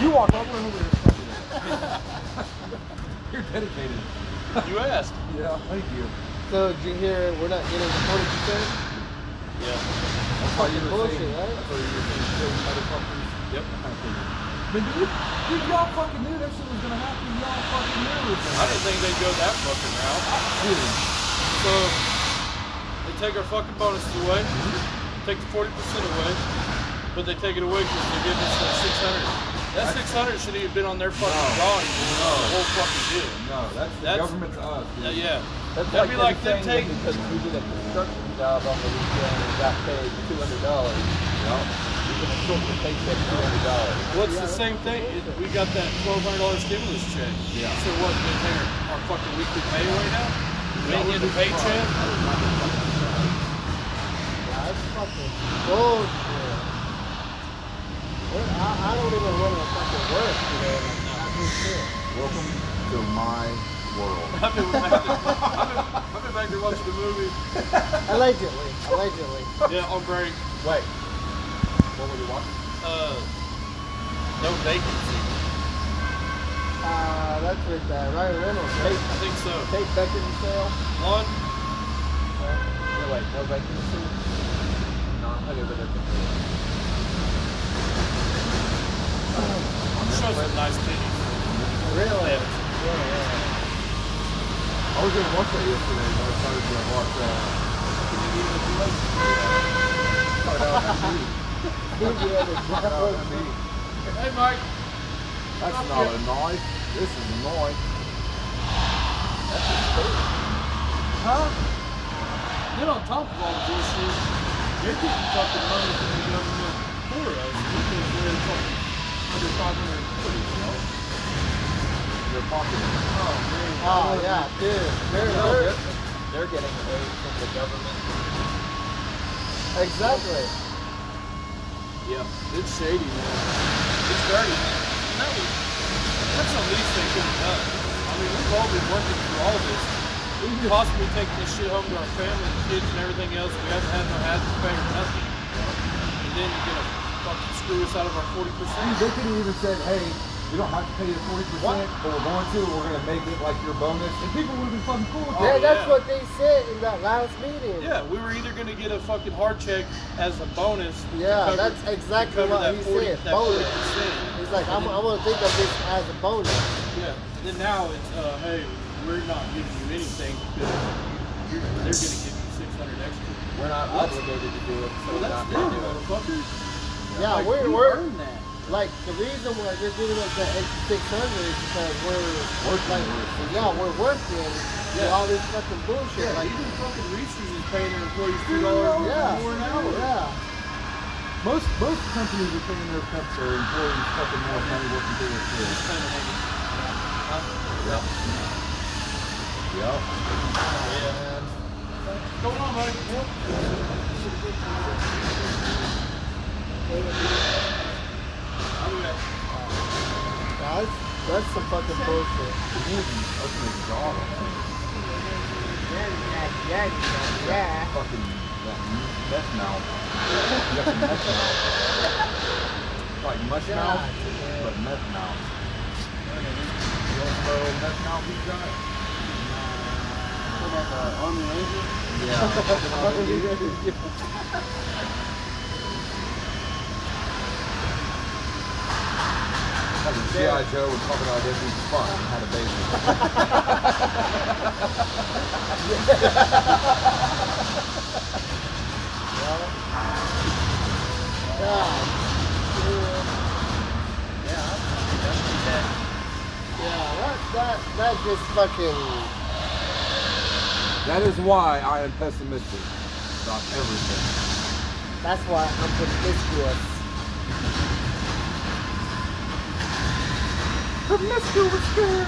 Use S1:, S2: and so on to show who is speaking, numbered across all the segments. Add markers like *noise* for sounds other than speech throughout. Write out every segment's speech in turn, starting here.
S1: You walked all the way over here.
S2: *laughs* You're dedicated.
S3: You asked.
S2: Yeah, thank you.
S1: So did you hear we're not getting recorded? You said.
S3: Yeah.
S2: That's why you
S1: Fucking
S2: were
S1: bullshit,
S2: saying,
S1: right?
S2: That's why you were saying, "Kill you motherfuckers."
S3: Yep.
S2: I figured. But dude, dude, y'all fucking knew that shit was gonna happen. Y'all fucking knew it was gonna
S3: I
S2: happen.
S3: didn't think they'd go that fucking route.
S2: Dude,
S3: So they take our fucking bonuses away, take the forty percent away, but they take it away because they give us that six hundred. That six hundred should have been on their fucking
S2: No.
S3: drawing for
S2: No.
S3: the whole fucking deal.
S2: No, that's, the
S3: That's-
S2: government to us. Dude.
S3: Yeah, yeah.
S1: That's
S3: That'd be like them
S1: them saying
S3: taking.
S1: because we did a construction job on the weekend and got paid two hundred dollars.
S2: Yeah.
S1: You can short the paycheck two hundred dollars.
S3: What's the same thing? It, we got that twelve hundred dollar stimulus check.
S2: Yeah.
S3: So what? They pay our, our fucking weekly pay right now. We
S2: That
S3: ain't
S2: would
S3: getting a
S2: be
S3: paycheck. *laughs*
S1: That's fucking bullshit. What- I, I don't even want to fucking work, you know. like, I do shit.
S2: Welcome to my
S1: *laughs*
S2: world.
S3: I've been, I've been, I've been, I've been back there watching the movie.
S4: *laughs*
S1: Allegedly, allegedly.
S3: *laughs* Yeah, on break.
S2: Wait. What were you watching?
S3: Uh, no vacancy.
S1: Uh, that's with uh, Ryan Reynolds.
S3: I
S1: Kate,
S3: think so.
S1: Kate Beckinsale.
S3: On
S1: No, wait, no vacancy. No, okay, but that's okay.
S3: shows some nice titties.
S1: Really?
S3: Yeah.
S1: Yeah,
S2: I was gonna watch that yesterday, but I decided to watch.
S1: *laughs*
S2: Uh, Comedian with Legs. Started out at Oh, me.
S1: yeah. Who do you have a
S2: Started out
S1: job
S2: at me.
S1: with?
S3: Hey, Mike.
S2: That's not a knife. This is a knife.
S1: Huh?
S3: Then on top of all the bullshit, you're getting fucking money from the government for us. We can't really fucking under 500 employees, you know?
S2: Your pocket.
S3: Oh, man.
S1: Oh, yeah, dude. They're,
S2: No,
S1: they're,
S2: they're-
S1: they're getting aid from the government. Exactly.
S3: Yeah, it's shady, man. It's dirty, man. And that was, that's the least they could have done. I mean, we've all been working through all this. We could possibly take this shit home to our family, kids, and everything else. We haven't had no hazard pay or nothing. And then you're gonna fucking screw us out of our 40%.
S2: Dude, they could have even said, hey, you don't have to pay the 40%, but we're going to, we're going to make it like your bonus. And people would have been fucking cool with
S4: Oh,
S1: yeah,
S2: that.
S1: that's
S3: Oh, yeah.
S1: what they said in that last meeting.
S3: Yeah, we were either gonna get a fucking hard check as a bonus. to
S1: Yeah,
S3: cover-
S1: that's
S3: to
S1: exactly
S3: cover
S1: what
S3: that
S1: he
S3: 40
S1: said,
S3: that
S1: bonus.
S3: 40%.
S1: He's like,
S3: And
S1: I'm,
S3: then-
S1: I'm gonna think of this as a bonus.
S3: Yeah. And then now it's, uh, hey, we're not giving you anything because you're, they're gonna give you 600 extra.
S4: We're not obligated to do it, so
S3: Well,
S4: we're not going to
S3: that's different,
S4: do it.
S3: motherfuckers.
S1: Yeah,
S3: Like,
S1: we're,
S3: you
S1: we're
S3: earned that.
S1: like the reason why they're giving us that extra 600 is because we're
S2: Working,
S1: like,
S2: we're-
S1: yeah, we're working through
S3: Yeah.
S1: all this fucking bullshit.
S3: Yeah,
S1: like,
S3: even fucking Reese's is paying their employees two dollars
S1: yeah,
S3: more an hour.
S1: yeah.
S2: Most, most companies are paying their, cup, their employees fucking more money working for their kids.
S3: It's kinda like-
S2: Yep. Yep.
S3: What's going on, buddy? I'll be back.
S1: That's, that's some fucking bullshit.
S2: Fucking exhaust. That Fucking, that meth mouth. You got the meth mouth. Like mush mouth, but meth mouth. You don't know meth mouth you got? Yeah. Like a G.I. Joe with crocodile Dundee fuck and had a baby.
S1: God. Yeah, yeah, that, that, that just fucking.
S2: That is why I am pessimistic about everything.
S1: That's why I'm promiscuous.
S2: Promiscuous girl.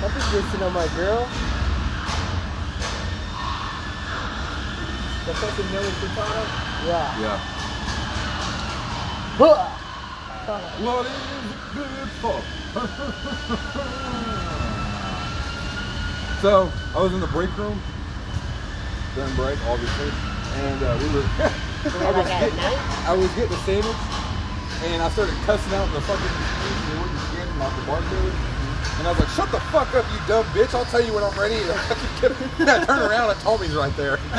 S1: I've been dissing on my girl.
S4: The fucking Nelly Furtado?
S1: Yeah.
S2: Yeah.
S1: Huh.
S2: What is it good for? *laughs* so I was in the break room during break, obviously, and uh, we were *laughs* I was, getting, I was getting a sandwich, and I started cussing out the fucking they wouldn't scan like the barcode. And I was like, "Shut the fuck up, you dumb bitch! I'll tell you when I'm ready." And I fucking kept- *laughs* and I turned around and Tommy's right there. *laughs*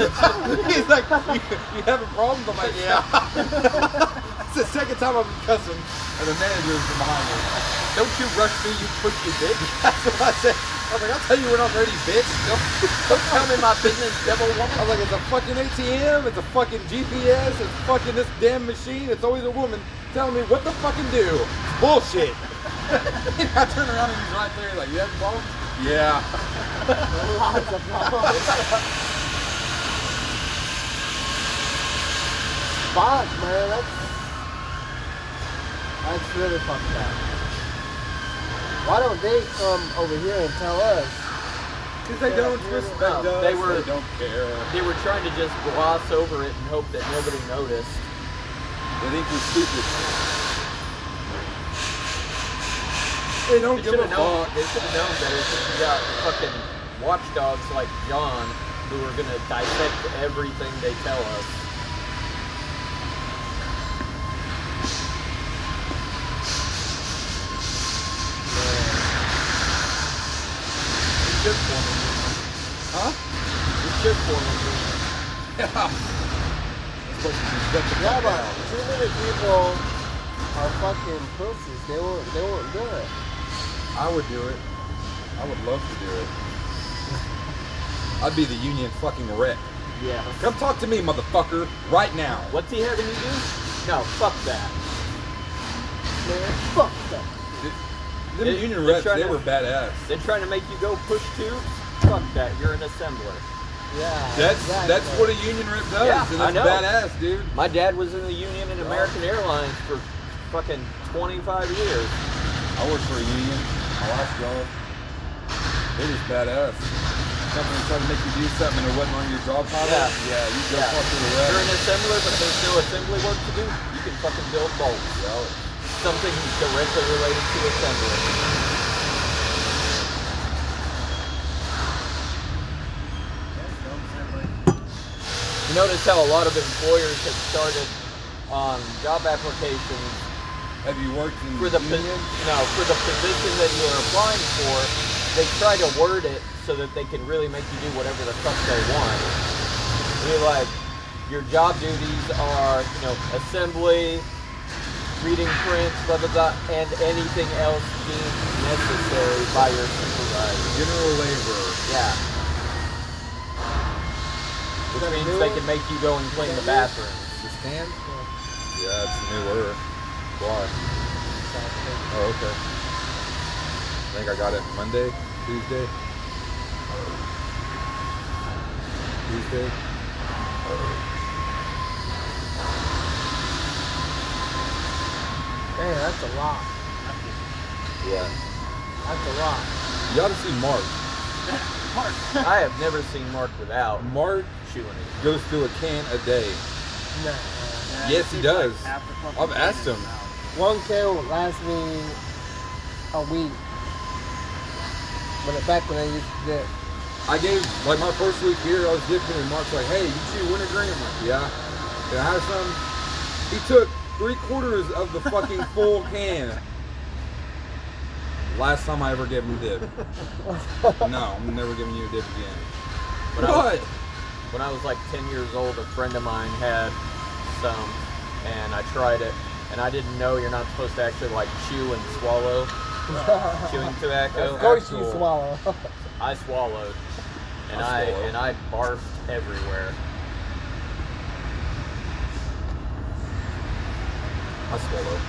S2: He's like, you, "You having problems?" I'm like, "Yeah." it's the second time I've been cussing, and the manager's from behind me. Don't you rush me, you pushy bitch! *laughs* That's what I said. I was like, "I'll tell you when I'm ready, bitch." Don't, don't tell me my business, devil woman. I was like, "It's a fucking ATM. It's a fucking GPS. It's fucking this damn machine. It's always a woman telling me what to fucking do. Bullshit." *laughs* I turn around and he's right there. Like, you have a problem? Yeah.
S1: Lots of problems. Fuck, man, that's that's really fucked up. Why don't they come over here and tell us?
S2: Because they don't respect
S5: No,
S2: us.
S5: they were-
S2: They don't care.
S5: They were trying to just gloss over it and hope that nobody noticed.
S2: They think we're stupid. They don't
S5: They
S2: give
S5: should
S2: a
S5: have known.
S2: fuck.
S5: They should have known better since you got fucking watchdogs like John who are gonna dissect everything they tell us. We should form a movement.
S2: Huh?
S5: We should form a movement.
S2: Yeah. *laughs* They're supposed to respect the
S1: Yeah,
S2: fuck
S1: but
S2: out.
S1: too many people are fucking pussies. They won't. They won't do it.
S2: I would do it. I would love to do it. I'd be the union fucking wreck.
S5: Yeah.
S2: Come talk to me, motherfucker, right now.
S5: What's he having you do? No, fuck that.
S1: Man, fuck that.
S2: The
S5: They-
S2: union
S5: they're
S2: reps,
S5: trying
S2: they
S5: to-
S2: were badass.
S5: They're trying to make you go push two? Fuck that. You're an assembler.
S1: Yeah.
S2: That's that's
S1: exactly.
S2: what a union rep does,
S5: Yeah,
S2: and
S5: I
S2: it's
S5: know.
S2: badass, dude.
S5: My dad was in the union in American Airlines for fucking 25 years.
S2: I work for a union. My last job. It was badass. Company tried to make you do something that wasn't on your job title.
S5: Yeah.
S2: you go
S5: Yeah.
S2: fuck to the
S5: You're an
S2: rep.
S5: assembler, but there's no assembly work to do. You can fucking build bolts.
S2: Yeah.
S5: Something directly related to assembly. You notice how a lot of employers have started um, job applications
S2: Have you worked in
S5: for the
S2: union?
S5: po- no for the position that you are applying for. They try to word it so that they can really make you do whatever the fuck they want. You're like, your job duties are, you know, assembly, reading prints, blah blah blah, and anything else deemed necessary by your supervisor.
S2: General labor.
S5: Yeah. Which
S1: that a
S5: means
S1: new one?
S5: they can make you go and clean the bathroom.
S2: The stand? Yeah, it's newer. Why? Oh, okay. I think I got it Monday, Tuesday. Tuesday.
S1: Man, that's a lot.
S2: Yeah.
S1: That's a lot.
S2: You ought to see Mark.
S5: I have never seen Mark without
S2: Mark
S5: chewing it.
S2: goes through a can a day.
S1: Nah.
S2: Yes, he does. I've asked him.
S1: One can would last me a week. When it, back when I used to do it.
S2: I gave like my first week here, I was dipping, and Mark's like, "Hey, you chew wintergreen?" I'm like, "Yeah." Can I have some? He took three quarters of the *laughs* fucking full can. Last time I ever gave him a *laughs* dip. no, I'm never giving you a dip again.
S5: But I
S2: What?
S5: was- When I was like 10 years old, a friend of mine had some, and I tried it, and I didn't know you're not supposed to actually like chew and
S1: *laughs*
S5: swallow chewing tobacco.
S1: Of course you
S2: actual-
S1: swallow.
S5: I swallowed, and
S2: I
S5: I,
S2: swallowed.
S5: and I barfed everywhere.
S2: I *laughs* swallow.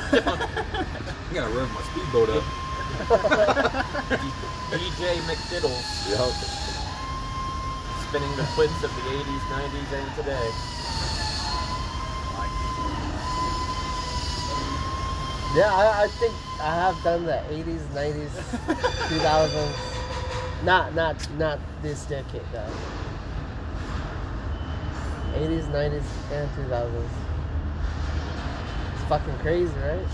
S2: I'm gonna rev my speedboat up.
S5: DJ McDiddles,
S2: Yup.
S5: spinning the clips of the 80s, 90s, and today.
S1: *laughs* yeah, I, I think I have done the 80s, 90s, 2000s. Not, not, not this decade though. 80s, 90s, and 2000s. It's fucking crazy, right?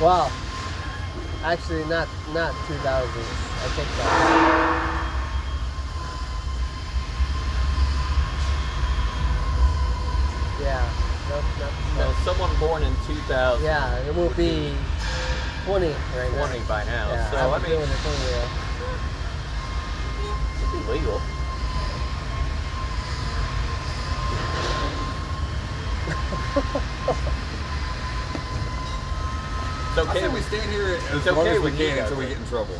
S1: Well, actually, not not 2000. I think that. Yeah. No, no,
S5: No,
S1: no.
S5: someone born in 2000,
S1: Yeah, it will be 20 right now.
S5: 20 by now.
S1: Yeah,
S5: so
S1: I've
S5: I
S1: been
S5: mean,
S1: doing it for a while.
S5: it's illegal. It's
S2: I
S5: okay.
S2: think we stand here as
S5: It's
S2: long
S5: okay
S2: as we
S5: with you
S2: can
S5: guys,
S2: until we
S5: right?
S2: get in trouble. *laughs*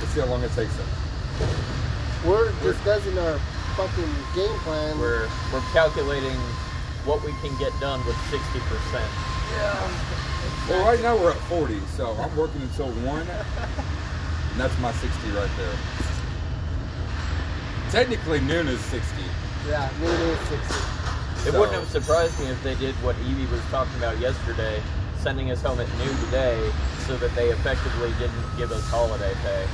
S2: Let's see how long it takes us.
S1: We're discussing our fucking game plan.
S5: We're we're calculating what we can get done with 60 percent.
S2: Well, right now we're at 40, so I'm working until 1. And that's my 60 right there. Technically, noon is 60.
S1: yeah, noon is 60.
S5: It
S2: so-
S5: wouldn't have surprised me if they did what Evie was talking about yesterday, sending us home at noon today, so that they effectively didn't give us holiday pay.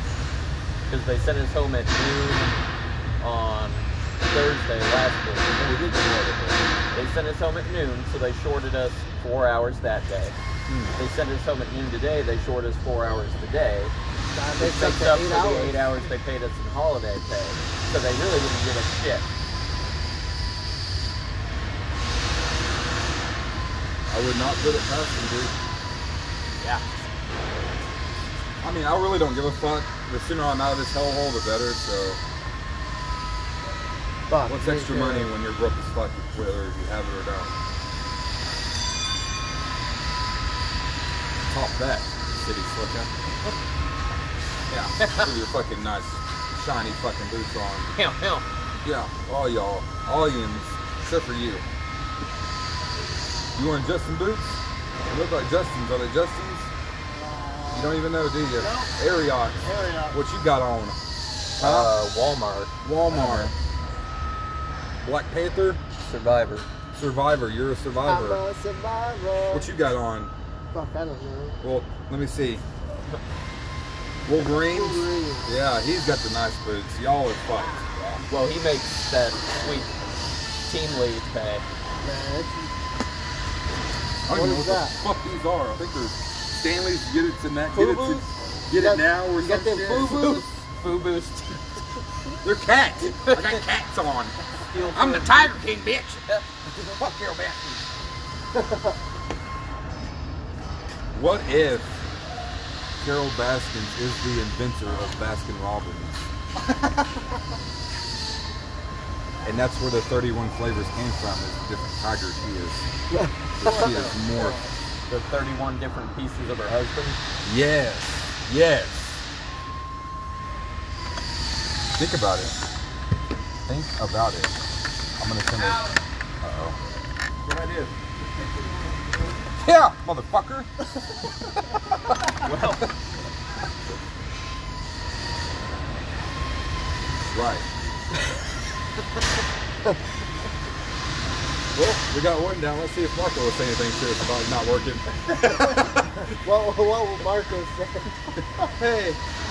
S5: Because they sent us home at noon on Thursday last week.
S2: Oh, we did get holiday
S5: They sent us home at noon, so they shorted us four hours that day. They sent us home at noon today, they shorted us four hours today.
S1: Uh,
S5: They
S1: they
S5: took
S1: take
S5: up
S1: the
S5: for
S1: eight
S5: the
S1: hours.
S5: eight hours they paid us in holiday pay. So they really didn't give a shit.
S2: pay. I would not put it past them, dude.
S5: Yeah.
S2: I mean, I really don't give a fuck. The sooner I'm out of this hellhole, the better. So,
S1: Fuck,
S2: what's extra
S1: yeah.
S2: money when you're broke as fuck, whether you have it or don't? Top that, city slicker. yeah, with your fucking nice, shiny fucking boots on.
S5: Hell, hell.
S2: Yeah, all y'all, all yins, except for you. You want Justin boots? They look like Justin's. Are they Justin's? You don't even know, do you? Ariat.
S1: Ariat.
S2: What you got on?
S5: Uh, Walmart.
S2: Walmart. Black Panther.
S5: Survivor.
S2: Survivor. You're a
S1: I'm
S2: survivor.
S1: a survivor.
S2: What you got on?
S1: Fuck, I don't know.
S2: Well, let me see. Wolverine.
S1: Wolverine.
S2: Yeah, he's got the nice boots. Y'all are fucked.
S5: Well, he makes that sweet team lead pay.
S1: Man, it's-
S2: I don't even know
S1: What is
S2: what the fuck these are. I think they're Stanley's. Get it to that. Get it to.
S1: Boo-boos?
S2: Get
S1: got-
S2: it now or
S1: you got
S2: some
S1: them
S2: shit.
S1: boo-boos? *laughs*
S5: Foo Boost.
S2: They're cats. I got cats on. I'm the Tiger King, bitch. Fuck your bitch. what if Carol Baskins is the inventor of Baskin Robbins? and that's where the 31 flavors came from, is the different tiger she is. But she is more.
S5: The 31 different pieces of her husband.
S2: Yes. Yes. Think about it. Think about it. I'm gonna send it. Uh oh. Good idea. Yeah, motherfucker.
S5: Well,
S2: Right. well, we got one down. Let's see if Marco will say anything to us about not working.
S1: *laughs* What, what would Marco say?
S2: Hey,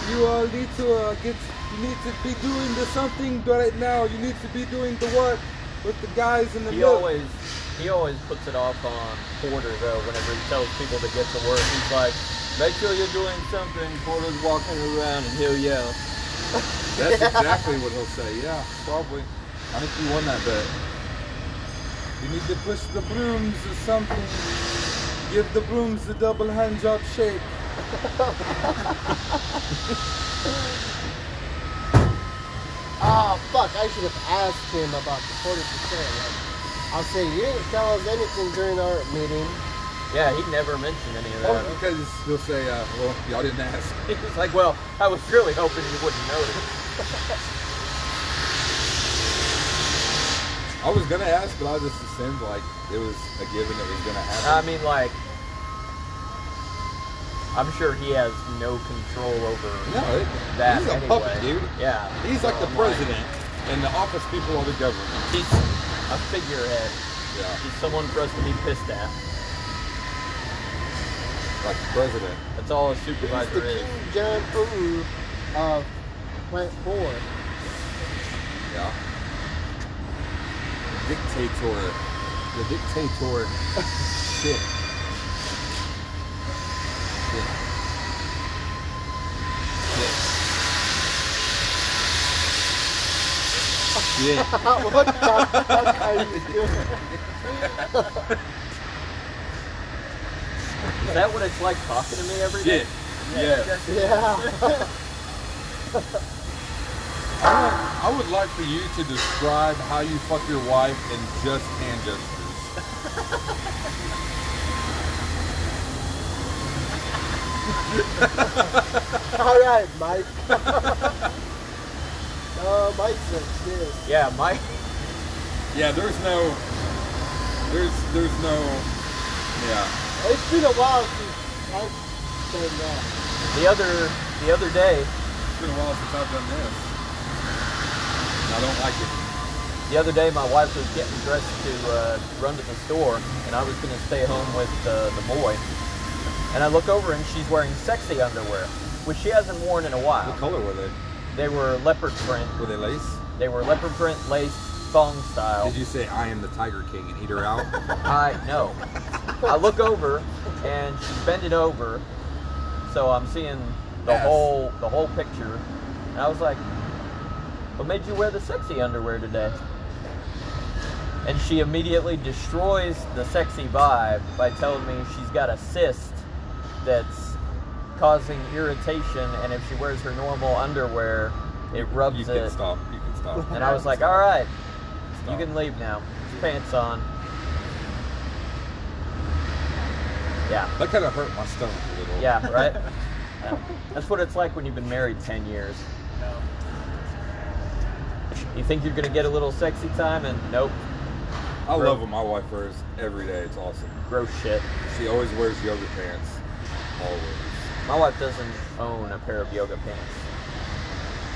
S2: you all need to uh, get. You need to be doing the something right now. You need to be doing the work with the guys in the
S5: he always he always puts it off on Porter though. Whenever he tells people to get to work, he's like, "Make sure you're doing something." Porter's walking around and he'll yell.
S2: *laughs* That's exactly what he'll say. Yeah, probably. I think you won that bet. You need to push the brooms or something. Give the brooms a double hand job shake.
S1: Oh fuck! I should have asked him about the forty percent. I'll say you didn't tell us anything during our meeting.
S5: Yeah, he never mentioned any of
S2: Oh,
S5: that. *laughs*
S2: because he'll say, uh, well, y'all didn't ask.
S5: It's like, well, I was really hoping you wouldn't notice.
S2: I was gonna ask, but I just assumed like it was a given it was gonna
S5: I
S2: happen.
S5: mean, like, I'm sure he has no control over
S2: no, it,
S5: that
S2: he's a
S5: anyway.
S2: puppet, dude.
S5: Yeah,
S2: He's like
S5: so
S2: the
S5: I'm
S2: president, and the office people are the government.
S5: he's a figurehead.
S2: Yeah,
S5: He's someone for us to be pissed at.
S2: like the president.
S5: That's all a
S1: He's the
S5: supervisor is.
S1: King John Fu of Plant Four.
S2: Yeah. Dictator. The dictator. *laughs* Shit. Yeah.
S1: what the fuck are you doing?
S5: Is that what it's like talking to me every day?
S2: Yeah. Yeah.
S1: Yeah. *laughs*
S2: I would like for you to describe how you fuck your wife in just hand gestures.
S1: All right, Mike. *laughs* uh, Mike's upstairs.
S5: Yeah, Mike.
S2: Yeah, there's no. There's there's no. Yeah.
S1: It's been a while since I've done that.
S5: The other the other day,
S2: It's been a while since I've done this. And I don't like it.
S5: the other day, my wife was getting dressed to uh, run to the store, and I was gonna stay home with uh, the boy. And I look over, and she's wearing sexy underwear, which she hasn't worn in a
S2: What
S5: while.
S2: color were they?
S5: They were leopard print.
S2: Were they lace?
S5: They were leopard print lace thong style.
S2: Did you say I am the Tiger King and eat her out?
S5: *laughs* I know. I look over and she's bending over, so I'm seeing the
S2: Yes.
S5: whole the whole picture. And I was like, "What made you wear the sexy underwear today?" And she immediately destroys the sexy vibe by telling me she's got a cyst that's causing irritation, and if she wears her normal underwear, it rubs
S2: you
S5: it.
S2: can stop. You can stop.
S5: And I was like, "All right,
S2: Stop.
S5: you can leave now. Pants on." Yeah.
S2: That kind of hurt my stomach a little.
S5: Yeah,
S2: *laughs*
S5: right? Yeah. That's what it's like when you've been married 10 years.
S3: No.
S5: You think you're going to get a little sexy time, and nope,
S2: I love what my wife wears every day. It's awesome.
S5: gross shit.
S2: She always wears yoga pants. Always.
S5: My wife doesn't own a pair of yoga pants.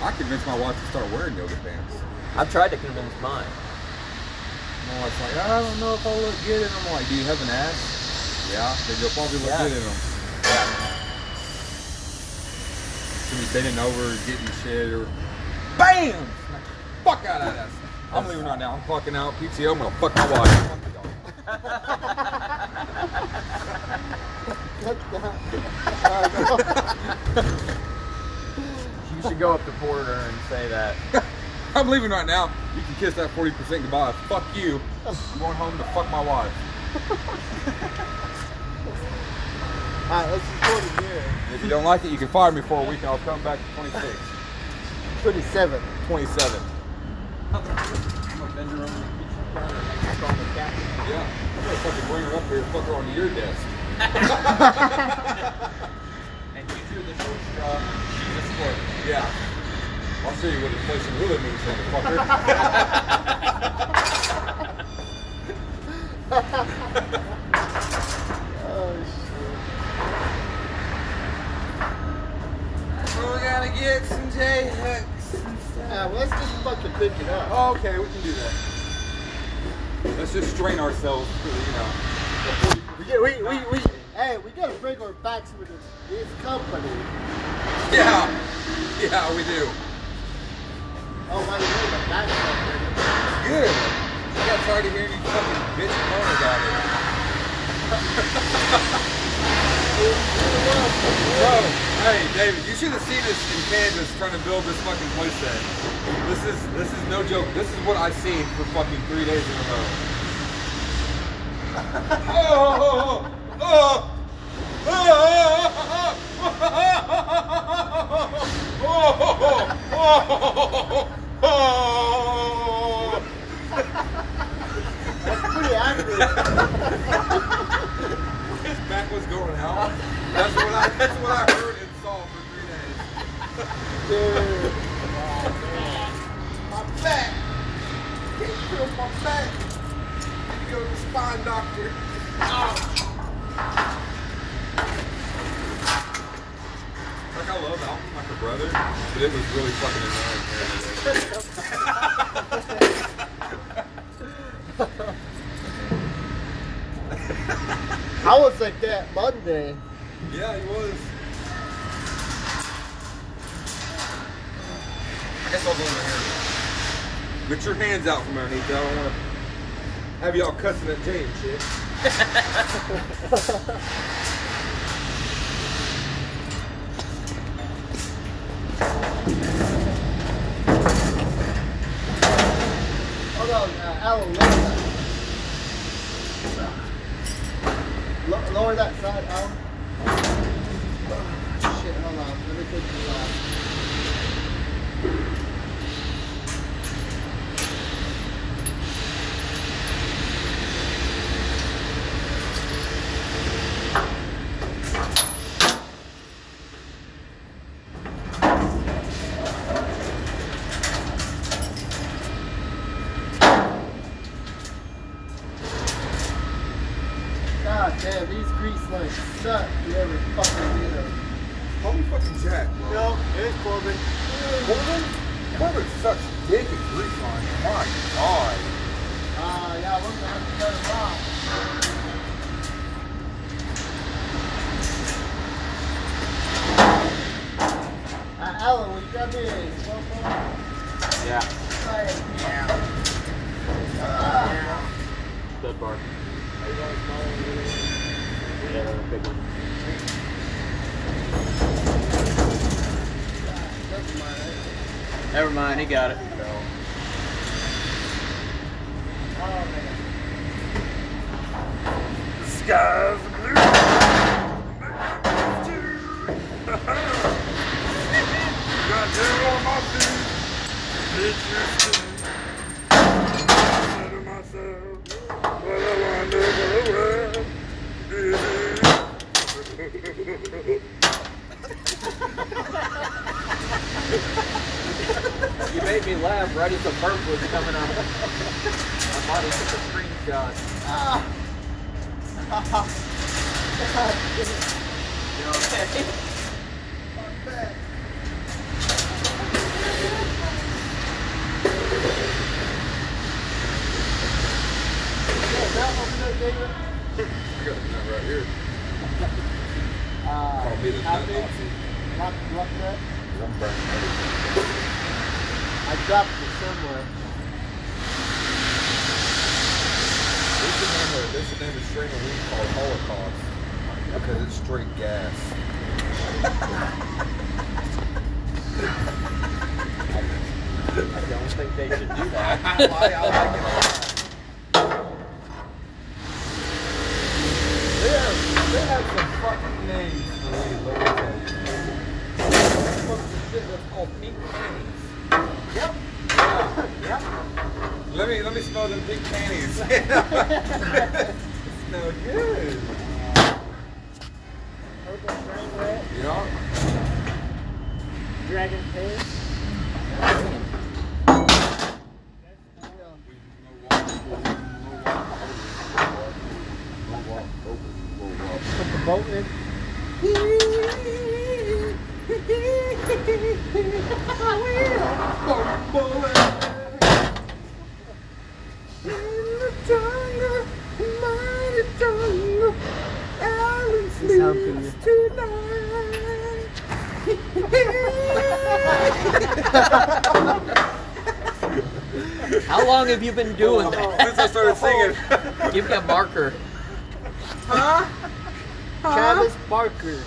S2: I convinced my wife to start wearing yoga pants.
S5: I've tried to convince mine.
S2: My wife's like, I don't know if I look good in them. I'm like, do you have an ass? Yeah. Then you'll probably look
S5: Yeah.
S2: good in them. She was bending over, getting shit, or bam! Fuck out of this. I'm leaving right now. I'm fucking out. PTO. I'm gonna fuck my wife. Fuck the dog.
S1: What the? Uh, no.
S5: You should go up to Porter and say that.
S2: I'm leaving right now. You can kiss that 40% goodbye. Fuck you. I'm going home to fuck my wife.
S1: All right, let's record it here.
S2: If you don't like it, you can fire me for a week and I'll come back to 26,
S1: 27.
S2: 27. Yeah. I'm gonna fucking bring her up here and fuck her on your desk. *laughs*
S4: And you drew the short straw. She's a sport.
S2: Yeah. I'll show you what inflation really means, motherfucker.
S1: Oh, shit.
S2: We're gonna get some J hooks.
S1: Yeah, well, let's just fucking pick it up.
S2: Okay, we can do that. Let's just strain ourselves for the, you know. the 40
S1: We, get, we, we, we, hey, we gotta break our backs with this, this company.
S2: *laughs* Yeah. Yeah, we do.
S1: Oh, by the way, my back's not breaking.
S2: Good. I got tired of hearing you fucking bitch moan about it. *laughs* Bro, hey David, you should have seen us in Kansas trying to build this fucking place set. This is this is no joke. This is what I've seen for fucking three days in a row. *laughs* oh, oh, oh, oh, oh, oh, oh, oh, oh.
S1: That's pretty accurate.
S2: His back was going out. That's what I that's what I heard and saw for three days.
S1: Dude.
S2: My back! Can't feel my back. Need to go to the spine doctor. Ow. Like I love Alton like a brother, but it was really fucking annoying.
S1: I was like that Monday.
S2: Yeah, he was. I guess I'll go in the hair. Get your hands out from underneath. I don't want to have y'all cussing at Jay and shit.
S1: uh, Alan, lower that. Lo- lower that side, Alan. Shit, hold on. Let me take this off. God damn, these grease lights suck. You ever fucking do them.
S2: Holy fucking Jack, bro.
S1: No, it is Corbin.
S2: Corbin? Corbin sucks dick and grease on. it. My God.
S1: Ah, yeah, we're gonna have to cut it off. Uh, Alan, will you grab me a cell phone?
S5: Yeah.
S1: Try it.
S5: Stud bar. Yeah, big one.
S1: Doesn't matter.
S5: Never mind, he got it.
S1: Oh, man.
S2: Sky's blue. Got hair on my feet. Interesting. Said to myself, what a wonderful world it is.
S5: You made me laugh right as the burp was coming out. I might have took a screenshot.
S1: Yeah, that open up, David.
S2: I got a nut right here.
S1: Uh,
S2: Call me the nut
S1: happy? Lock, lock that.
S2: I'm burning everything.
S1: I dropped it somewhere.
S2: There's a name of, there's a name of strain of weed called Holocaust because it's straight gas.
S5: I don't think they should do that.
S2: *laughs* I, I like it a lot. They have, they have some fucking names for these, let me tell you.
S4: Fucking shit that's called pink panties.
S2: Yep.
S4: Yep.
S2: Let me let me smell them pink panties. *laughs* smell good.
S1: Purple Dragon
S2: You know?
S1: Dragon Tail. Put the boat in. Sound good.
S5: How long have you been doing that?
S2: Since I started singing.
S5: Give me a marker.
S1: Travis Barker.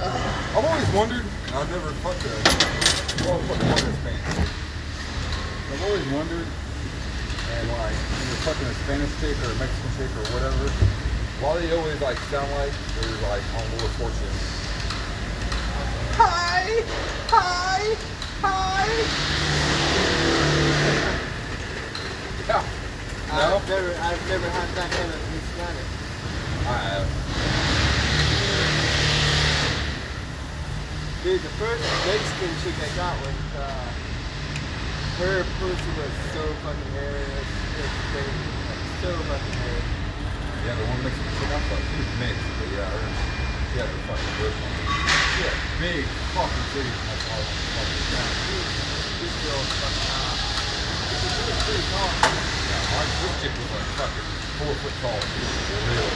S2: I've always wondered, and I've never fucked a motherfucking one pants. I've always wondered, and like, when you're fucking a Spanish chick or a Mexican chick or whatever, why they always like sound like they're like on Wheel of Fortune. Hi, hi, hi. Yeah. No?
S1: I've never, I've never had that kind of Hispanic.
S2: I have.
S1: Dude, the first Mexican chick I got was, uh, her pussy was so fucking hairy. It's, it's crazy. Like, so fucking hairy.
S2: Yeah, the one Mexican chick I fucked, she was mixed, but yeah, her, she had her fucking good one. She had big fucking titties, and that's all I wanted to fucking say.
S1: This girl was fucking uh, hot. She was pretty tall.
S2: Yeah, our- this chick was like fucking four foot tall, dude, for real,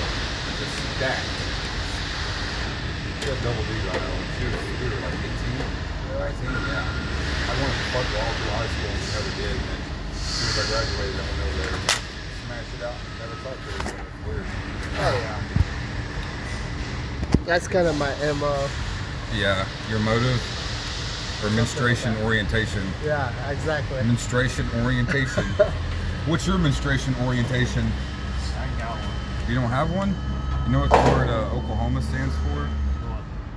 S2: just stacked. She had double D's on her own. She was, we were like 18, 19, yeah. I wanted to fuck her all through high school and we never did. And then as soon as I graduated, I went over there and smashed it out. Never talked to her again. It's weird.
S1: Oh, yeah. That's kind of my MO.
S2: Yeah, your motive or menstruation orientation.
S1: Yeah, exactly. *laughs*
S2: Menstruation orientation. What's your menstruation orientation?
S3: I ain't got one.
S2: You don't have one? You know what the word uh, Oklahoma stands for?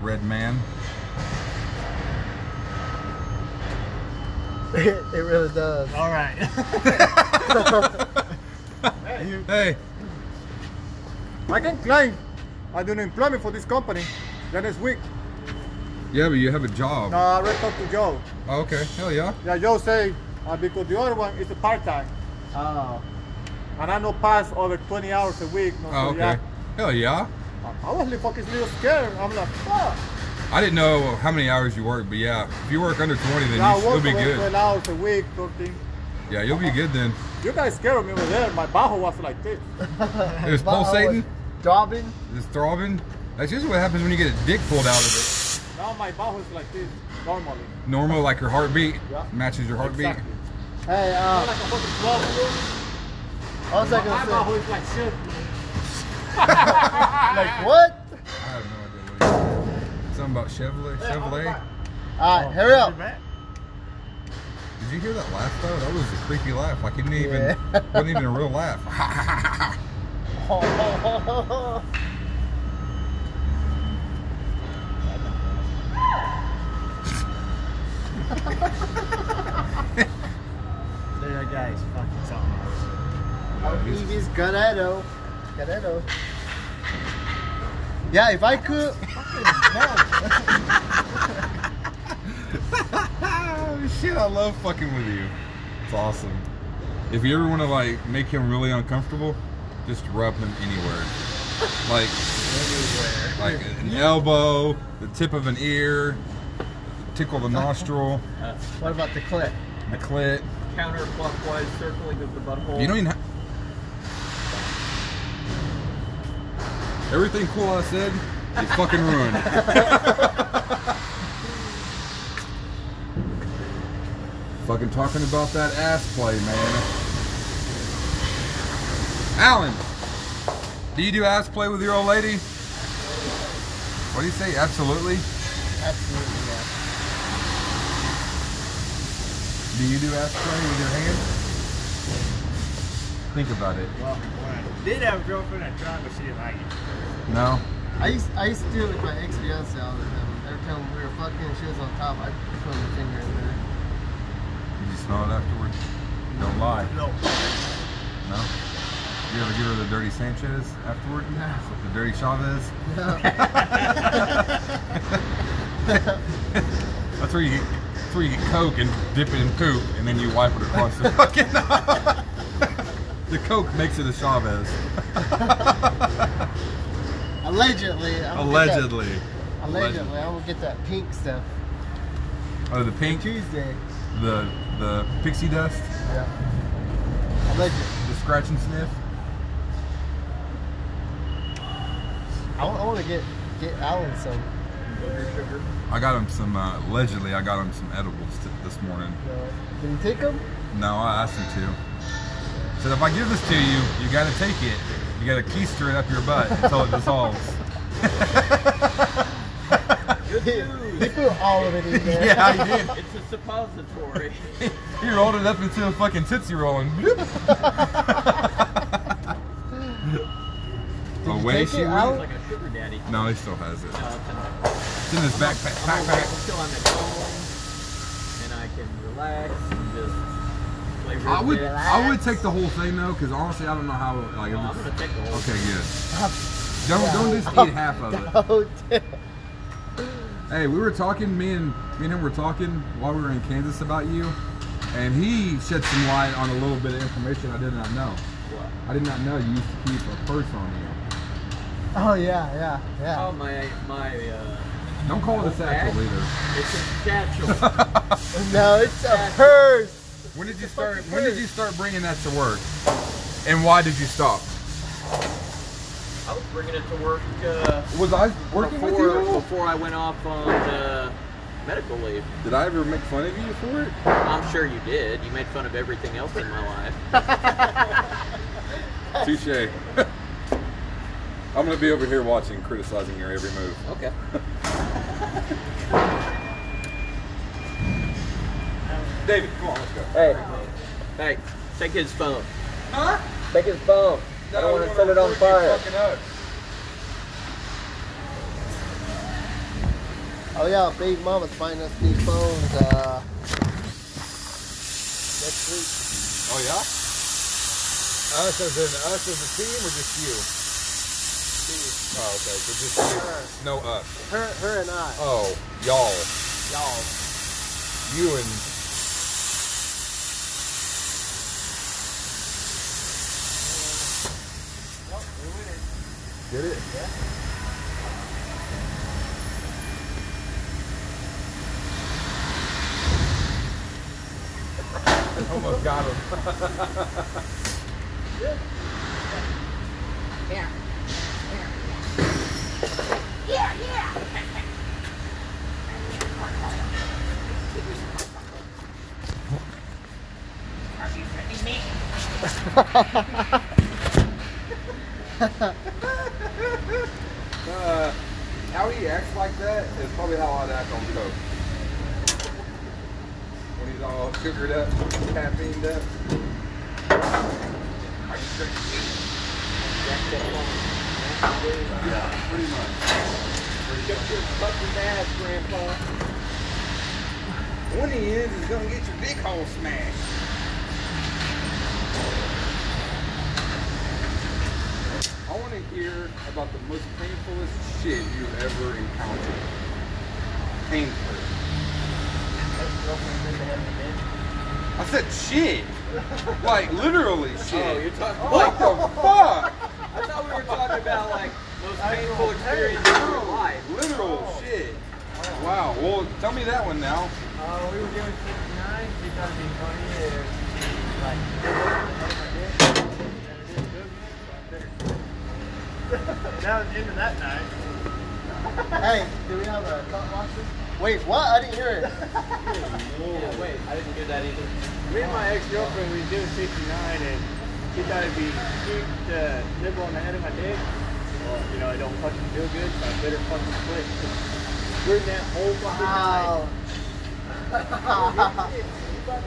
S2: Red man.
S1: it really does.
S3: All right.
S2: Hey,
S1: I can climb. I do employment for this company. That is weak.
S2: yeah, but you have a job.
S1: No, I already talked to Joe.
S2: Oh, okay, hell yeah.
S1: Yeah, Joe say uh, because the other one is a part time,
S5: Oh.
S1: and I know pass over 20 hours a week. No,
S2: Oh,
S1: so
S2: okay.
S1: yeah,
S2: Hell yeah.
S1: I I was li- fucking little scared. I'm like, fuck.
S2: I didn't know how many hours you work, but yeah, if you work under 20, then
S1: Yeah, I
S2: you, you'll
S1: work
S2: be
S1: about
S2: good.
S1: 12 hours a week, 13.
S2: Yeah, you'll be good then.
S1: You guys scared me over there. My bajo was like this.
S2: It was pulsating,
S1: Throbbing.
S2: it's throbbing. That's usually what happens when you get a dick pulled out of it.
S1: Now my bajo is like this normally.
S2: Normal, like your heartbeat
S1: Yeah.
S2: matches your heartbeat.
S1: Exactly.
S6: Hey, uh,
S1: Like a fucking club.
S6: I was like,
S1: My
S6: gonna
S1: bajo is like shit.
S6: say, like what?
S2: I have no idea what it is. Something about Chevrolet. Chevrolet.
S6: All right, hurry up.
S2: Did you hear that laugh though? That was a creepy laugh. Like it didn't even
S6: Yeah.
S2: wasn't even a real laugh. *laughs*
S6: That guy's fucking something
S1: *laughs*
S6: else.
S2: He's-
S6: Evie's Guerrero. Guerrero. Yeah, if I could.
S2: Oh, shit, I love fucking with you. It's awesome. If you ever want to like make him really uncomfortable, just rub him
S6: *laughs*
S2: anywhere. Like Like an elbow, the tip of an ear, tickle
S6: *laughs*
S2: the nostril,
S6: Uh, What about the clip?
S2: the clit.
S5: Counterclockwise circling of the butthole.
S2: You don't even have Everything cool I said is fucking ruined. *laughs* fucking talking about that ass play, man. Alan, do you do ass play with your old lady? What do you say? Absolutely.
S6: Absolutely, yeah.
S2: Do you do ass play with your hand? Think about it.
S7: Well, when I did have a girlfriend, I tried, but she didn't like it.
S2: No.
S6: I used, I used to do it with my ex fiance all the time. Every time we were fucking and she was on top, I put my finger in there.
S2: Did you smell it afterwards? Don't lie.
S7: No.
S2: No. You ever give her the dirty Sanchez afterward?
S6: No.
S2: The dirty Chavez? *laughs* That's where you get, that's where you get coke and dip it in poop, and then you wipe it across the
S7: *laughs*
S2: fucking. the coke makes it
S7: *laughs*
S2: a Chavez.
S6: Allegedly. I don't get that-
S2: Allegedly.
S6: Allegedly, I will get that pink stuff
S2: Oh, the pink,
S6: Tuesday.
S2: the the pixie dust,
S6: Yeah. Allegedly.
S2: the scratch and sniff.
S6: I want to get get Alan some.
S2: I got him some. Uh, allegedly, I got him some edibles t- this morning.
S6: You know. Can you take them?
S2: No, I asked him to. Said if I give this to you, you gotta take it. You gotta keister it up your butt until it dissolves. *laughs*
S6: He put all of it in there. *laughs*
S2: yeah, I did.
S5: It's a
S2: *laughs*
S5: suppository.
S2: He rolled it up into a fucking tootsie roll and *laughs* bloop. Away
S6: take
S2: she
S6: it
S2: went.
S6: out? *laughs*
S5: It's like a sugar daddy.
S2: No, he still has it.
S5: Uh, it's an
S2: It's in his backpack.
S5: I'm gonna wait
S2: Backpack.
S5: until I'm at home and I can relax and just play
S2: I would,
S5: Riverbend.
S2: I would take the whole thing though, because honestly, I don't know how. Like,
S5: Oh, I'm
S2: if
S5: gonna
S2: it's,
S5: take the whole.
S2: okay, good. Don't, don't just eat half of
S5: *laughs*
S2: it.
S6: Oh, damn.
S2: Hey, we were talking. Me and me and him were talking while we were in Kansas about you, and he shed some light on a little bit of information I did not know.
S5: What?
S2: I did not know you used to keep a purse on you.
S6: oh yeah, yeah, yeah.
S5: Oh my my. Uh,
S2: Don't call it a satchel either.
S5: it's a *laughs* satchel.
S6: no, it's a purse.
S2: *laughs* When did you start? When did you start bringing that to work? And why did you stop?
S5: I was bringing it to work uh,
S2: Was I working with
S5: before,
S2: you?
S5: before I went off on uh, medical leave.
S2: Did I ever make fun of you for it?
S5: I'm sure you did. You made fun of everything else in my life.
S2: Touche. *laughs* I'm gonna be over here watching, criticizing your every move.
S5: Okay.
S2: David, come on, let's go.
S5: Hey, hey, take his phone. Huh? Take his phone. I don't want to set it on fire.
S6: Oh yeah, Big Mama's buying us new phones. Uh, next week.
S2: Oh yeah. Us as in us as a team, or just you? Oh, okay. So just you. No us.
S1: Her, her and I.
S2: Oh, y'all.
S1: Y'all.
S2: You and. Did it? Yeah. Almost got him. Uh, how he acts like that is probably how I'd act on coke. When he's all sugared up, caffeined up. Yeah, pretty much.
S4: One of you is gonna get your dick hole smashed.
S2: I want to hear about the most painfulest shit you've ever encountered. Painful. I said shit. like *laughs* literally shit.
S5: Oh, you're talking.
S2: what
S5: *laughs*
S2: the fuck?
S5: I thought we were talking about like most painful experience of your life.
S2: Literal shit. Wow. Well, tell me that one now.
S7: Uh, we were doing 59 because the funny and she, like, that was the end of that night.
S6: Hey, do we have a cup washer? Wait, what? I didn't hear it. *laughs*
S5: Yeah, wait, I didn't get that either.
S7: Me and my ex-girlfriend, we do 69, and she thought it'd be cute to nibble on the head of my dick. Well, you know, I don't fucking feel good, so I better fucking quit. We're in that whole fucking night.
S6: *laughs* Wow.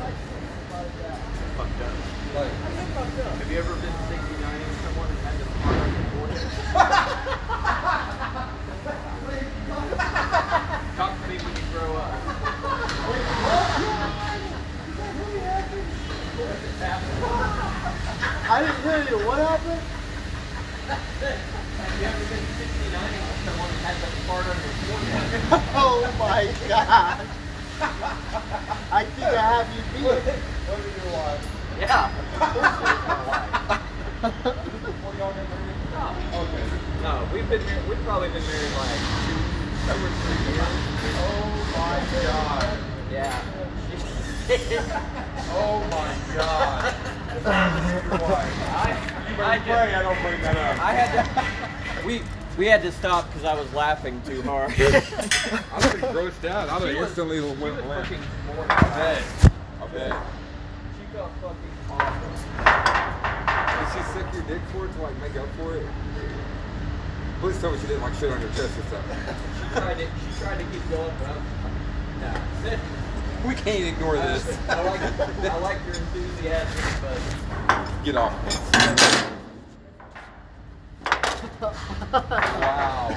S5: Fucked up.
S2: Like,
S5: Have you ever been 69 and someone and had to fart on your board? Talk to me when you grow up.
S1: I didn't hear you. What happened?
S5: Have you ever been 69 and someone had to fart on your forehead?
S1: Oh my god. I think I have you beat.
S5: Yeah. *laughs* No, we've been married, we've probably been married like two, over three years.
S2: oh my god.
S5: *laughs* Yeah.
S2: Oh my god.
S5: I, I just,
S2: Pray I don't bring that up.
S5: I had to, we, we had to stop because I was laughing too *laughs* hard.
S2: I would have grossed out. I would have instantly went limp.
S5: Fucking more-
S2: I bet. I bet.
S5: She felt fucking awful.
S2: Did she suck your dick for it to like make up for it? Please tell me she didn't like shit on your chest or something. *laughs*
S5: She tried to, she tried to keep going, but I'm, nah.
S2: We can't ignore this.
S5: I like, I like your enthusiasm, but
S2: Get
S5: *laughs*
S2: off. wow.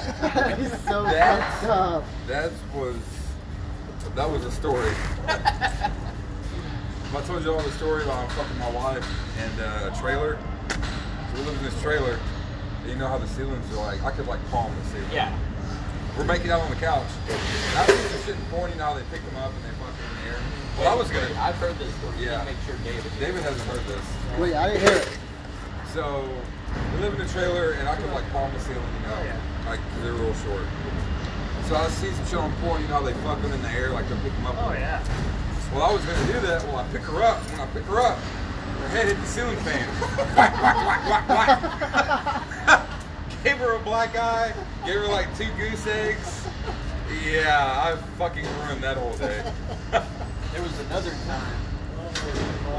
S6: He's so
S2: That's-
S6: fucked up.
S2: That was that was a story. I told y'all the story about fucking my wife and uh, a trailer. So we live in this trailer. And you know how the ceilings are like. I could like palm the ceiling.
S5: yeah.
S2: We're making out on the couch. And I was just sitting pointing how they pick them up and they fuck them in the air. Well, I was gonna.
S5: I've heard this story.
S2: Yeah.
S5: Yeah. Make sure David.
S2: David hasn't heard this.
S6: Wait, I didn't hear it.
S2: So we live in a trailer, and I could like palm the ceiling, you know, like 'cause they're real short. So I see some shit on porn, you know, they fuck them in the air, like they pick them up.
S7: Oh, yeah.
S2: Well, I was gonna do that. Well, I pick her up. When I pick her up, *laughs* her head hit the ceiling fan. Whack, whack, whack, whack, whack.
S4: gave her a black eye, gave her like two goose eggs. Yeah, I fucking ruined that whole day.
S5: There was another time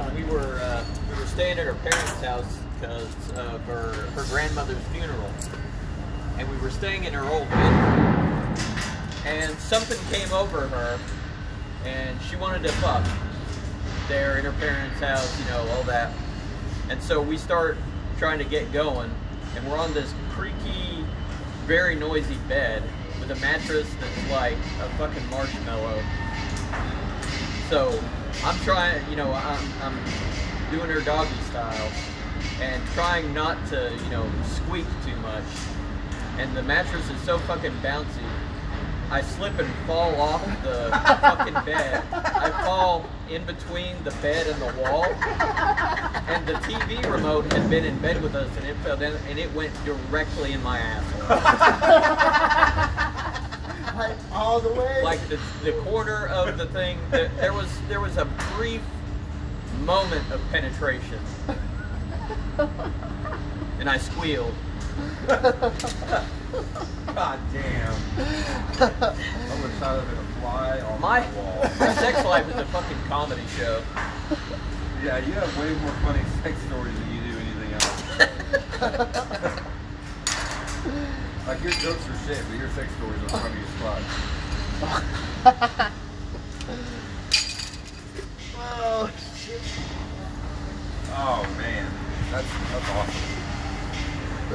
S5: when we were uh, we were staying at her parents' house because of her her grandmother's funeral, and we were staying in her old bedroom. And something came over her, and she wanted to fuck there in her parents' house, you know, all that. And so we start trying to get going, and we're on this creaky, very noisy bed with a mattress that's like a fucking marshmallow. So I'm trying, you know, I'm, I'm doing her doggy style and trying not to, you know, squeak too much. And the mattress is so fucking bouncy. I slip and fall off the fucking bed. I fall in between the bed and the wall. And the TV remote had been in bed with us and it fell down and it went directly in my asshole.
S1: *laughs* Like, all the way.
S5: like the, the corner of the thing that there was there was a brief moment of penetration and i squealed
S4: God damn.
S2: I would try to have been a fly on
S5: my,
S2: the wall.
S5: my *laughs* sex life is a fucking comedy show
S4: Yeah, you have way more funny *laughs* sex stories than you do anything else.
S2: Like your jokes are shit, but your sex stories are funny as fuck.
S1: oh, shit.
S4: Oh man,
S2: That's that's awesome.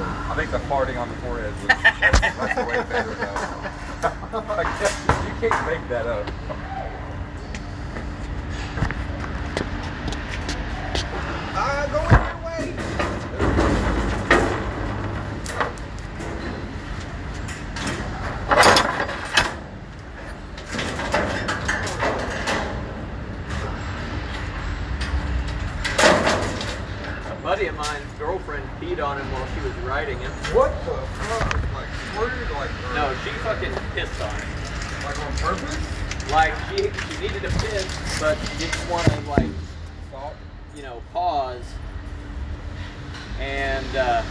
S4: I think the farting on the forehead was that's, that's way better though. *laughs* Like, you can't make that up. Ah, go in your way.
S5: a buddy of mine's girlfriend peed on him while she was riding him
S2: What the fuck? Like squirted like or-
S5: no she fucking pissed on him
S2: like on purpose?
S5: like she, she needed to piss but she didn't want to like you know pause and uh,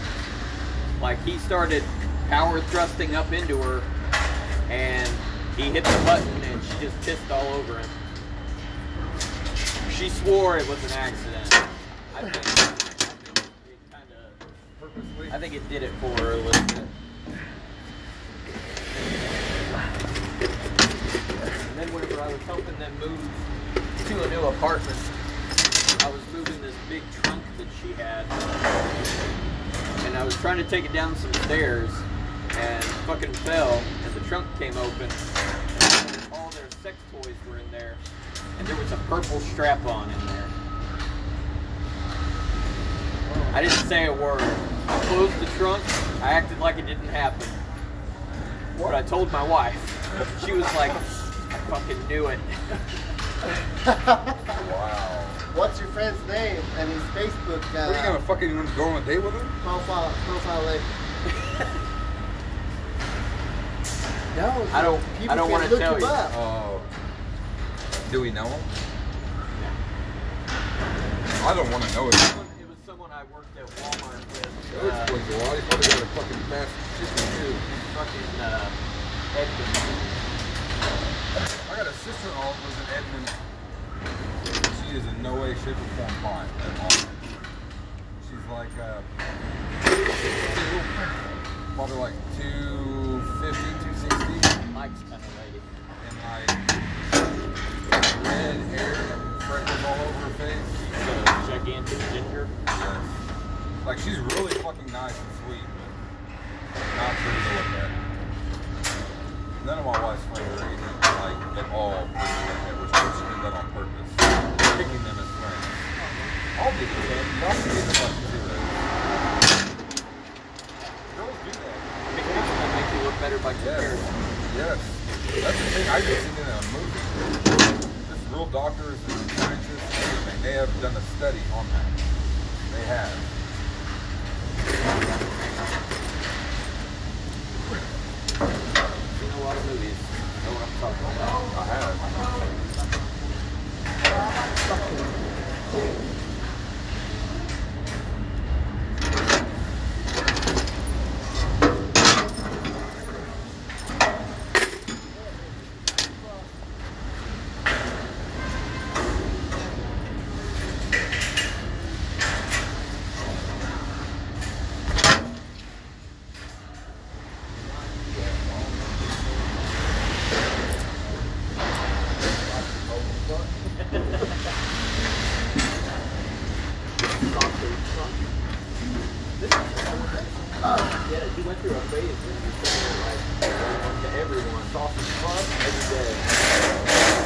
S5: like he started power thrusting up into her and he hit the button and she just pissed all over him she swore it was an accident i think it kind of
S2: Purposely?
S5: i think it did it for her a little bit and then whenever i was helping them move to a new apartment I was moving this big trunk that she had, and I was trying to take it down some stairs, and fucking fell, and the trunk came open, and all their sex toys were in there, and there was a purple strap on in there. I didn't say a word. I closed the trunk. I acted like it didn't happen. But I told my wife. She was like, I fucking knew it.
S6: *laughs*
S5: *laughs*
S6: What's your friend's name and his Facebook
S4: What, you
S6: uh,
S4: gonna fucking go on a date with him?
S6: profile profile link? no,
S5: I don't-
S6: people
S5: I don't
S6: can
S5: wanna
S6: look
S5: tell you.
S6: Up.
S4: Oh. Do we know him? I don't want to know him.
S5: It was someone I worked at Walmart
S2: That
S5: with. uh,
S2: explains a lot. He probably got a fucking fast chicken too.
S5: fucking uh, Edmund.
S2: I got a sister in law who lives in Edmond. She is in no way, shape, or form fine at all. She's like, uh, probably like 250, 260,
S5: Mike's kind of lady.
S2: and like red hair, freckles all over her face.
S5: She's a gigantic ginger.
S2: Yes. Like she's really fucking nice and sweet, but not pretty to look at. None of my wife's friends are even like at all pretty to look at, which means she did that on purpose. Picking them as friends. I'll be the same. Y'all can be the fucking zero. Girls do that.
S5: Make you, make you look better by
S2: Yes.
S5: comparison.
S2: Yes. That's the thing. I just seen it in a movie. Just real doctors and scientists and everything. They have done a study on that. They have.
S5: I've seen a lot of movies. Know what I'm talking about.
S2: I have.
S8: Yeah, you went through a phase when you said, like, everyone to everyone, sausage club every day.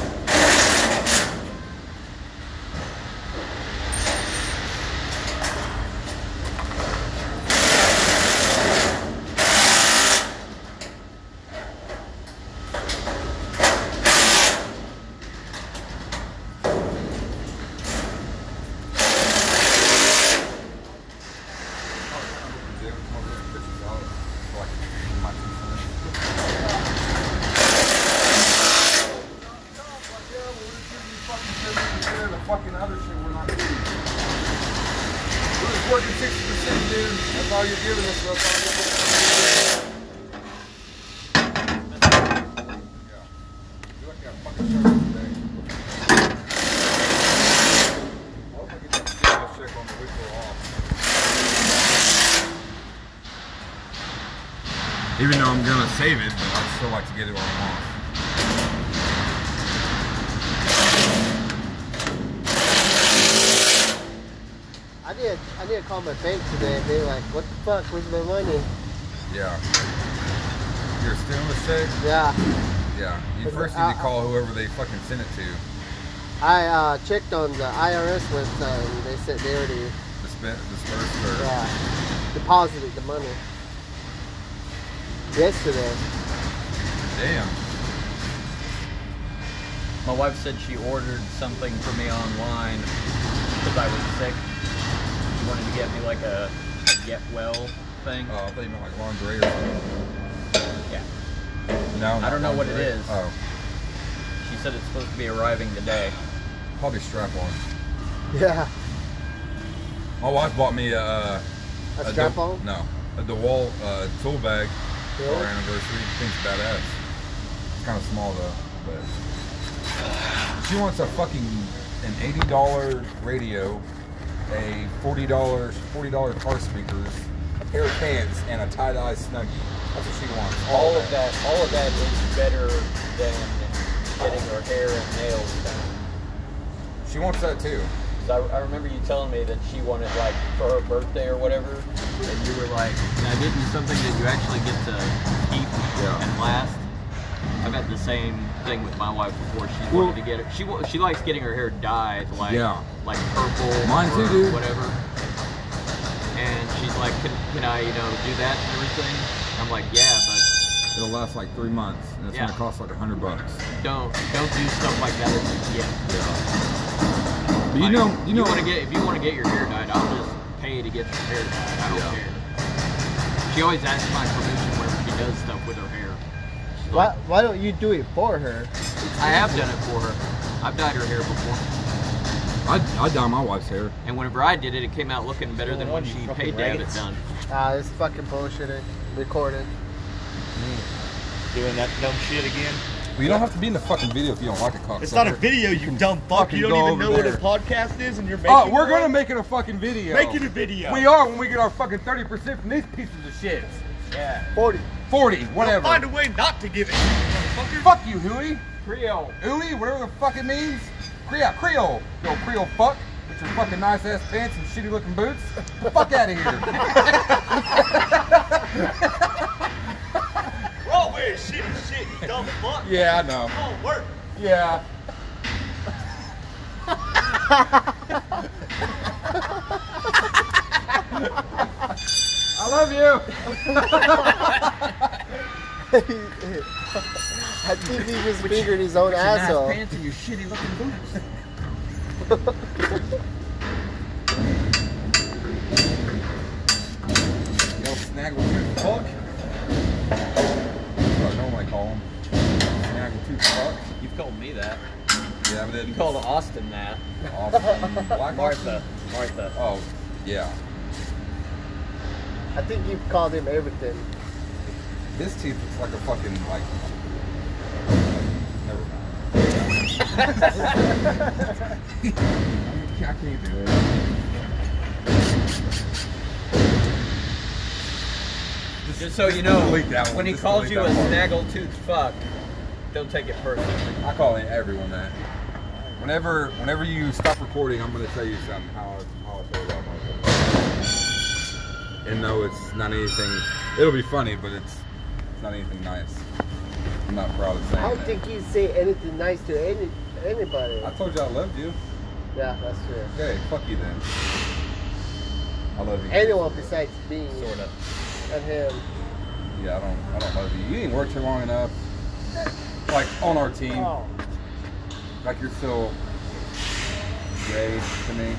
S2: Fucking other shit we're not doing. We're just working 60%, dude. That's all you're giving us. That's all you're giving us. Yeah. You're lucky I fucking started today. I hope I get that stimulus check on the week we're off. Even though I'm gonna save it, but I'd still like to get it while I'm off.
S6: I need, I need to call my bank today and be like, what the fuck, where's my money?
S2: Yeah. Your stimulus check?
S6: Yeah,
S2: Yeah. You
S6: Is it-
S2: first need to
S6: uh,
S2: call whoever they fucking sent it to.
S6: I uh, checked on the IRS website and they said they already
S2: Dispen- dispersed or
S6: yeah, deposited the money yesterday. *laughs*
S2: damn.
S5: My wife said she ordered something for me online because I was sick. She wanted to get me like a, a get well thing.
S2: Oh, I thought you meant like lingerie or something.
S5: Yeah.
S2: No,
S5: I
S2: not
S5: don't know what it
S2: lingerie.
S5: is.
S2: Oh,
S5: She said it's supposed to be arriving today.
S2: probably strap on.
S6: Yeah,
S2: My wife bought me a uh,
S6: a
S2: De-
S6: strap on.
S2: no, a DeWalt uh, tool bag for our
S6: Really?
S2: anniversary. Thing's badass. It's kind of small though, but she wants a fucking an eighty dollar radio, a forty dollars forty dollar car speakers, a pair of pants, and a tie dye snuggie. That's what she wants.
S8: all of that, all of that is better than getting her hair and nails done.
S2: She wants that too.
S8: 'Cause I, I remember you telling me that she wanted like for her birthday or whatever,
S5: And you were like, now didn't something that you actually get to keep
S2: Yeah.
S5: and last? I've had the same thing with my wife before. She
S2: Well-
S5: wanted to get it. She wa- she likes getting her hair dyed like
S2: Yeah.
S5: like purple
S2: Mine too,
S5: or
S2: dude.
S5: whatever. And she's like, can, can I you know do that and everything? I'm like, yeah, but
S2: It'll last like three months, and it's
S5: Yeah.
S2: gonna cost like a hundred bucks.
S5: don't don't do stuff like that as a gift.
S2: Yeah. But you
S5: Like,
S2: know, you know,
S5: want to get if you want to get your hair dyed, I'll just pay to get your hair dyed. I don't
S2: Yeah.
S5: care. She always asks my permission whenever she does stuff with her hair. She's
S6: Why,
S5: like,
S6: why don't you do it for her?
S5: I have done it for her. I've dyed her hair before,
S2: I I dye my wife's hair.
S5: and whenever I did it, it came out looking better than when she paid to have it done.
S6: Ah, this fucking bullshitting, recorded. *laughs*
S1: Doing that dumb shit again.
S2: But you don't have to be in the fucking video if you don't like a cocksucker.
S1: It's not a video, you dumb fuck.
S2: fucking
S1: You
S2: go
S1: don't even
S2: over
S1: know what a
S2: there.
S1: podcast is, and you're making.
S2: Oh, we're gonna
S1: one?
S2: make it a fucking video.
S1: make it a video.
S2: We are when we get our fucking thirty percent from these pieces of shit.
S5: Yeah.
S6: Forty.
S2: Forty,
S1: I'll
S2: whatever.
S1: Find a way not to give it.
S2: Fuck you, Huey.
S8: Creole.
S2: Huey, whatever the fuck it means. Creole, Creole, you old Creole fuck. With your fucking nice ass pants and shitty looking boots. The fuck out of here.
S1: *laughs* We're all wearing shitty shit, you dumb fuck.
S2: yeah, I know.
S1: Come on, work.
S2: Yeah. *laughs* I love you.
S6: I think he just fingered his own asshole.
S5: and your shitty looking boots.
S2: Yo, snaggletooth fuck. That's what I normally call him. Snaggletooth fuck.
S5: You've called me that.
S2: Yeah, but then
S5: You called Austin that.
S2: Austin, Black
S5: Martha.
S2: Austin?
S5: Martha.
S2: Oh, yeah.
S6: I think you've called him everything.
S2: His teeth looks like a fucking like. Never mind. *laughs* I can't do it.
S8: Just so you know,
S2: delete that one.
S8: when he
S2: Just
S8: calls
S2: delete
S8: you a
S2: that part.
S8: snaggletooth fuck, don't take it personally.
S2: I call everyone that. Whenever, whenever you stop recording, I'm gonna tell you something. How, how I'll tell you that much. And no, it's not anything. It'll be funny, but it's, it's not anything nice. I'm not proud of saying
S6: I don't
S2: that.
S6: think you say anything nice to any anybody.
S2: I told you I loved you.
S6: Yeah, that's true.
S2: Okay, fuck you then. I love you.
S6: Anyone besides me
S9: Sort of.
S6: and him.
S2: Yeah, I don't. I don't love you. You didn't work here long enough. Like on our team.
S6: Oh,
S2: Like you're still gay to me.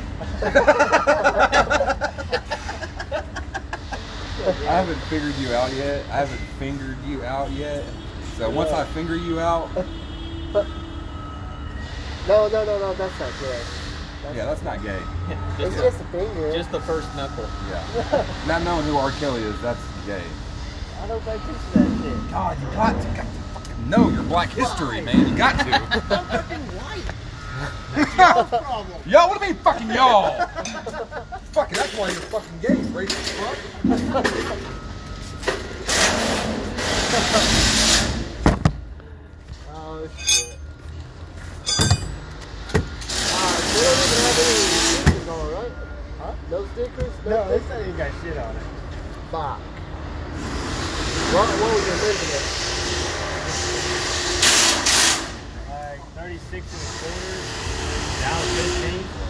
S2: I haven't figured you out yet. I haven't fingered you out yet. So once I finger you out,
S6: no, no, no, no, that's not good.
S2: yeah, that's not gay.
S6: It's
S9: Just,
S6: just a finger.
S9: just the first knuckle.
S2: Yeah. Not knowing who R. Kelly is, that's gay.
S6: I don't like teach that shit.
S2: God, you got to, got to fucking know your black history, man. You got to. *laughs* y'all, what do you mean fucking y'all? fucking, that's why you're fucking gay, racist fuck.
S6: Oh shit. Ah, we don't even have any stickers on, right? Huh? No stickers? No,
S10: No,
S6: stickers?
S10: this ain't got shit on it.
S6: Fuck. What, what were you living in?
S3: Like 36 and a quarter, now 15.